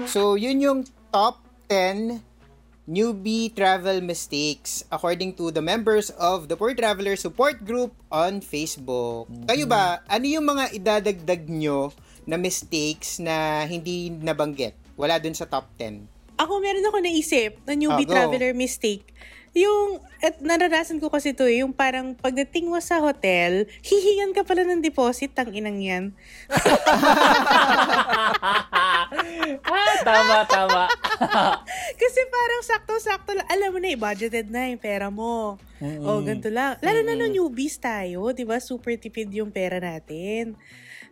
Speaker 1: So, yun yung top 10 newbie travel mistakes according to the members of the Poor Traveler Support Group on Facebook. Kayo ba, ano yung mga idadagdag nyo na mistakes na hindi nabanggit? Wala dun sa top 10.
Speaker 2: Ako, meron ako naisip na
Speaker 1: Ah,
Speaker 2: newbie
Speaker 1: go.
Speaker 2: traveler mistake. Yung, at naranasan ko kasi to eh, yung parang pagdating mo sa hotel, hihingan ka pala ng deposit, ang inang yan.
Speaker 3: ah, tama, tama.
Speaker 2: Kasi parang sakto-sakto lang, alam mo na, eh, budgeted na yung pera mo. O, ganito lang. Lalo na nung newbies tayo, di ba? Super tipid yung pera natin.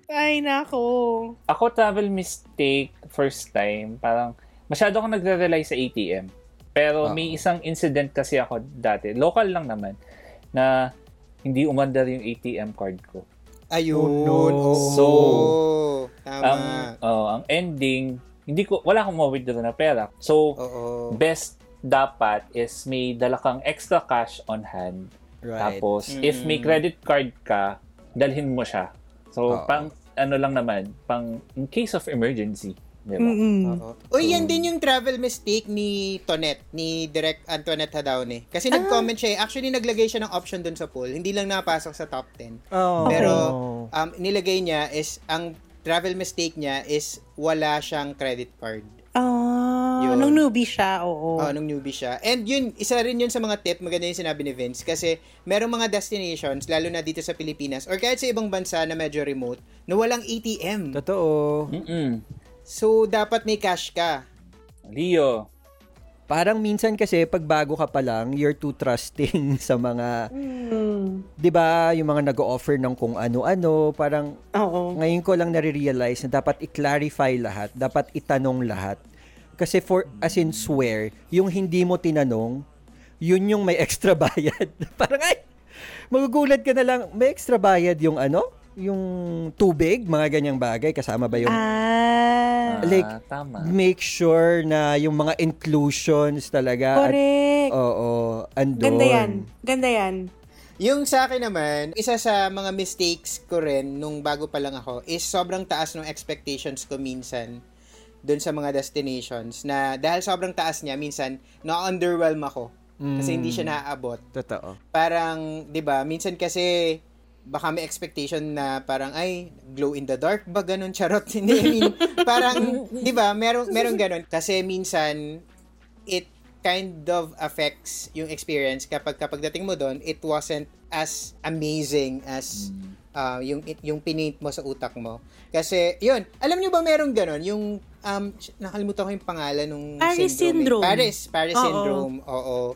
Speaker 2: Ay, nako.
Speaker 3: Ako travel mistake first time, parang masyado akong nagre-rely sa ATM. Pero
Speaker 4: Ah.
Speaker 3: may isang incident kasi ako dati, local lang naman, na hindi umandar yung ATM card ko.
Speaker 1: Ayun.
Speaker 4: Oh, no.
Speaker 1: oo.
Speaker 3: So,
Speaker 4: Ah.
Speaker 1: tama.
Speaker 3: Ang, oh, ang ending, hindi ko, wala akong ma-withdraw na pera. So,
Speaker 1: oo.
Speaker 4: Oh.
Speaker 3: best dapat is may dala kang extra cash on hand.
Speaker 4: Right.
Speaker 3: Tapos, if may credit card ka, dalhin mo siya. So,
Speaker 4: Oo.
Speaker 3: pang, ano lang naman, pang in case of emergency. Di ba?
Speaker 2: Mm-mm.
Speaker 1: Oo. Uy, yan din yung travel mistake ni Tonet, ni Direct Antoinette Hadaone. Kasi nag-comment siya eh. Actually, naglagay siya ng option dun sa poll. Hindi lang napasok sa top 10.
Speaker 4: Oh.
Speaker 1: Pero um, nilagay niya is ang travel mistake niya is wala siyang credit card.
Speaker 2: Oh.
Speaker 1: yun.
Speaker 2: Nung newbie siya, oo.
Speaker 1: Oh, nung newbie siya. And yun, isa rin yun sa mga tip, maganda yung sinabi ni Vince, kasi merong mga destinations, lalo na dito sa Pilipinas, or kahit sa ibang bansa na medyo remote, na walang ATM.
Speaker 4: Totoo.
Speaker 3: Mm-mm.
Speaker 1: So, dapat may cash ka.
Speaker 3: Leo.
Speaker 4: Parang minsan kasi pag bago ka pa lang, you're too trusting sa mga,
Speaker 2: Hmm.
Speaker 4: 'di ba, yung mga nag-o-offer ng kung ano-ano, parang
Speaker 2: Oo.
Speaker 4: ngayon ko lang nare-realize na dapat i-clarify lahat, dapat itanong lahat. Kasi for, as in swear, yung hindi mo tinanong, yun yung may extra bayad. Parang ay, magugulat ka na lang, may extra bayad yung ano? Yung tubig, mga ganyang bagay, kasama ba yung...
Speaker 2: Ah,
Speaker 3: Ah,
Speaker 4: Like,
Speaker 3: tama.
Speaker 4: Make sure na yung mga inclusions talaga. Ah, at- oh,
Speaker 2: correct.
Speaker 4: oo, andun.
Speaker 2: Ganda yan. Ganda yan.
Speaker 1: Yung sa akin naman, isa sa mga mistakes ko rin nung bago pa lang ako is sobrang taas ng expectations ko minsan doon sa mga destinations na dahil sobrang taas niya, minsan na-underwhelm ako kasi hindi siya naaabot.
Speaker 4: Mm. Totoo.
Speaker 1: Parang, di ba, minsan kasi baka may expectation na parang ay glow in the dark ba ganun charot hindi I mean, parang 'di ba merong merong ganun kasi minsan it kind of affects yung experience kapag kapag dating mo doon it wasn't as amazing as ah, yung yung pinaint mo sa utak mo kasi yun alam nyo ba merong ganun yung um nakalimutan ko yung pangalan nung
Speaker 2: Paris syndrome.
Speaker 1: eh. Paris Paris
Speaker 2: Oo.
Speaker 1: syndrome oo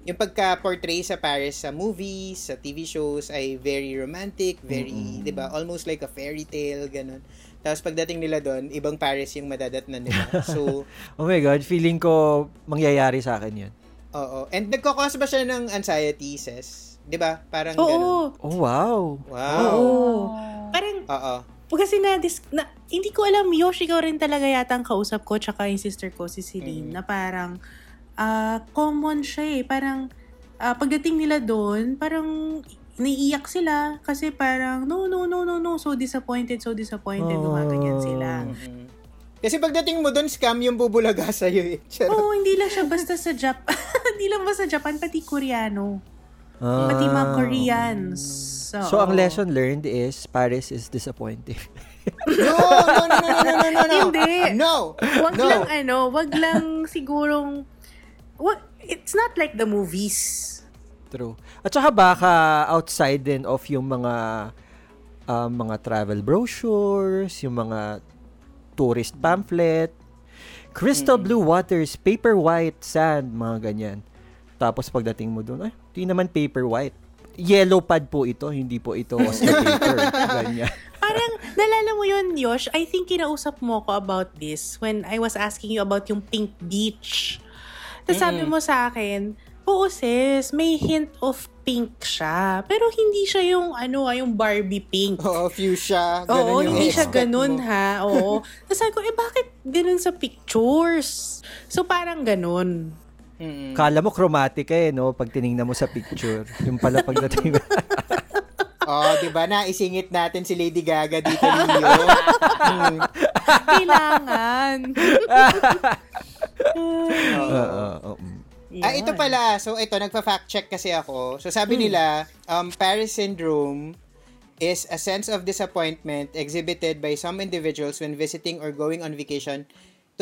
Speaker 1: yung pagka-portray sa Paris sa movies, sa TV shows ay very romantic, very, 'di ba, almost like a fairy tale ganun. Tapos pagdating nila doon, ibang Paris yung madadatnan nila. So,
Speaker 4: Oh my God, feeling ko mangyayari sa akin yun.
Speaker 1: oo. And nagko-cause ba siya ng anxiety, Ses? 'Di ba? Parang ganun.
Speaker 2: Oo.
Speaker 4: Oh, wow.
Speaker 1: Wow. Oo.
Speaker 2: Oo. Parang, kasi na, dis- na, hindi ko alam, Yosh, ikaw rin talaga yata ang kausap ko, tsaka yung sister ko, si Celine,
Speaker 1: Mm.
Speaker 2: na parang, ah, common siya eh. Parang, ah, pagdating nila doon, parang, naiiyak sila kasi parang, no, no, no, no, no, so disappointed, so disappointed,
Speaker 4: Oh.
Speaker 2: gumaganyan sila.
Speaker 1: Mhm. Kasi pagdating mo doon, scam yung bubulaga sa iyo. Eh. Charot.
Speaker 2: Oo, hindi lang siya basta sa Japan. hindi lang basta Japan, pati Koreano.
Speaker 4: Ah.
Speaker 2: Pati mga Koreans.
Speaker 4: So, ang lesson learned is Paris is disappointing.
Speaker 1: No, no, no, no, no, no, no, no.
Speaker 2: Hindi.
Speaker 1: No.
Speaker 2: Wag
Speaker 1: no.
Speaker 2: lang ano, wag lang sigurong wag, it's not like the movies.
Speaker 4: True. At saka baka outside din of yung mga ah, mga travel brochures, yung mga tourist pamphlet, crystal blue waters, paper white sand, mga ganyan. Tapos pagdating mo doon, ay, di naman paper white. Yellow pad po ito, hindi po ito Oscar paper. Ganyan.
Speaker 2: Parang nalala mo yun, Yosh, I think kinausap mo ko about this when I was asking you about yung Pink Beach. Tapos sabi mo sa akin, oo sis, may hint of pink siya. Pero hindi siya yung ano, ah, yung Barbie pink.
Speaker 1: Oo, fuchsia. Ganun
Speaker 2: Oo,
Speaker 1: yung
Speaker 2: hindi siya
Speaker 1: expect
Speaker 2: ganun
Speaker 1: mo.
Speaker 2: ha. Oo. Tapos sabi ko, eh bakit ganun sa pictures? So parang ganun.
Speaker 1: Mhm.
Speaker 4: Kala mo chromatic eh, no? Pag tinignan mo sa picture. Yung pala pagdating mo.
Speaker 1: Oh, 'di ba na isingit natin si Lady Gaga dito niyo. Hmm.
Speaker 2: Kailangan.
Speaker 4: Oo, oo, mm. oo.
Speaker 1: Ah, ito pala. So ito nagfa-fact check kasi ako. So sabi nila, um Paris syndrome is a sense of disappointment exhibited by some individuals when visiting or going on vacation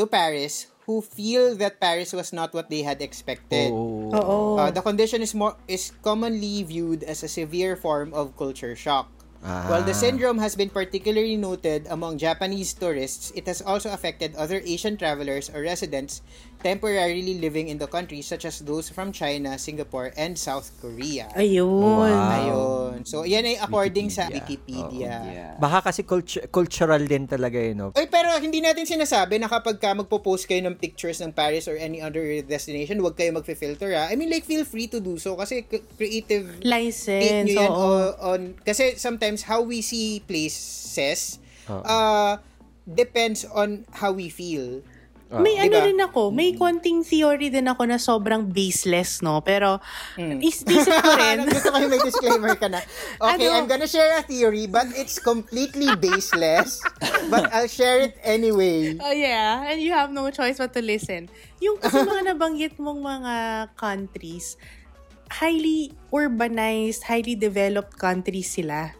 Speaker 1: to Paris who feel that Paris was not what they had expected.
Speaker 4: Oo.
Speaker 2: Oo.
Speaker 1: Uh, the condition is more is commonly viewed as a severe form of culture shock.
Speaker 4: Ah.
Speaker 1: While the syndrome has been particularly noted among Japanese tourists, it has also affected other Asian travelers or residents temporarily living in the country, such as those from China, Singapore, and South Korea.
Speaker 2: Ayun.
Speaker 4: Wow.
Speaker 1: Ayun. So, yan ay according sa
Speaker 4: Wikipedia.
Speaker 1: Wikipedia.
Speaker 4: Baka kasi cultu- cultural din talaga yun, no?
Speaker 1: Ay, pero hindi natin sinasabi na kapag ka magpo-post kayo ng pictures ng Paris or any other destination, huwag kayo magfe-filter ha. I mean, like, feel free to do so kasi c- creative take nyo
Speaker 2: License.
Speaker 1: yan oh.
Speaker 2: Oo.
Speaker 1: o- on, kasi sometimes how we see places
Speaker 4: Oo.
Speaker 1: uh, depends on how we feel.
Speaker 2: May ano
Speaker 1: Diba?
Speaker 2: rin ako, may konting theory din ako na sobrang baseless, no? Pero,
Speaker 1: Hmm.
Speaker 2: is isip ko rin.
Speaker 1: Gusto ko yung may disclaimer ka na. Okay,
Speaker 2: Ano?
Speaker 1: I'm gonna share a theory but it's completely baseless but I'll share it anyway.
Speaker 2: Oh yeah, and you have no choice but to listen. Yung kasi mga nabanggit mong mga countries, highly urbanized, highly developed countries sila.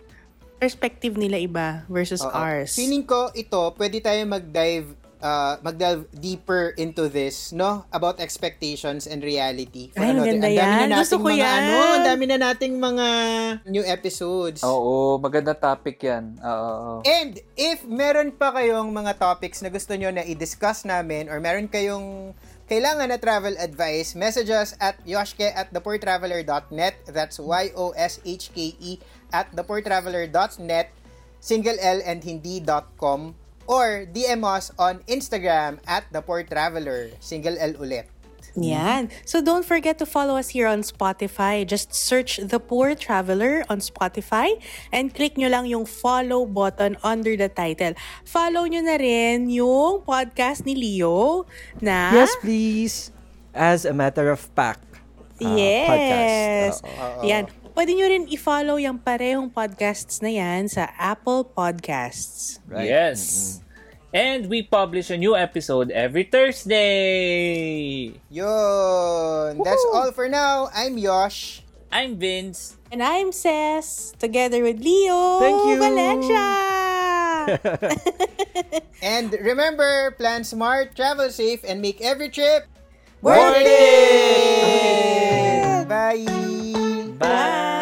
Speaker 2: Perspective nila iba versus
Speaker 1: Oo.
Speaker 2: ours.
Speaker 1: Feeling ko ito, pwede tayo mag-dive uh, mag-delve deeper into this, no? About expectations and reality.
Speaker 2: Ay, ang
Speaker 1: ano,
Speaker 2: ganda
Speaker 1: dami
Speaker 2: yan.
Speaker 1: na
Speaker 2: Gusto
Speaker 1: nating
Speaker 2: ko
Speaker 1: mga,
Speaker 2: yan.
Speaker 1: ano, ang dami na nating mga new episodes.
Speaker 3: Oo, maganda topic yan. Oo, oo.
Speaker 1: And if meron pa kayong mga topics na gusto nyo na i-discuss namin or meron kayong kailangan na travel advice, message us at yoshke at thepoortraveler.net. That's Y-O-S-H-K-E E at thepoortraveler.net, single L and hindi dot com or DM us on Instagram at thepoortraveler, single L ulit.
Speaker 2: Yan. So don't forget to follow us here on Spotify. Just search The Poor Traveler on Spotify and click nyo lang yung follow button under the title. Follow nyo na rin yung podcast ni Leo na
Speaker 4: Yes, please. As a matter of fact. ah,
Speaker 2: Yes.
Speaker 4: Podcast. Oo.
Speaker 2: Yan. Pwede nyo rin i-follow yung parehong podcasts na yan sa Apple Podcasts.
Speaker 4: Right.
Speaker 3: Yes. And we publish a new episode every Thursday.
Speaker 1: Yun! That's all for now. I'm Yosh.
Speaker 3: I'm Vince.
Speaker 2: And I'm Cess, together with Leo
Speaker 4: Thank you.
Speaker 2: Valencia.
Speaker 1: And remember, plan smart, travel safe, and make every trip
Speaker 2: Worth
Speaker 1: Bye.
Speaker 2: Bye.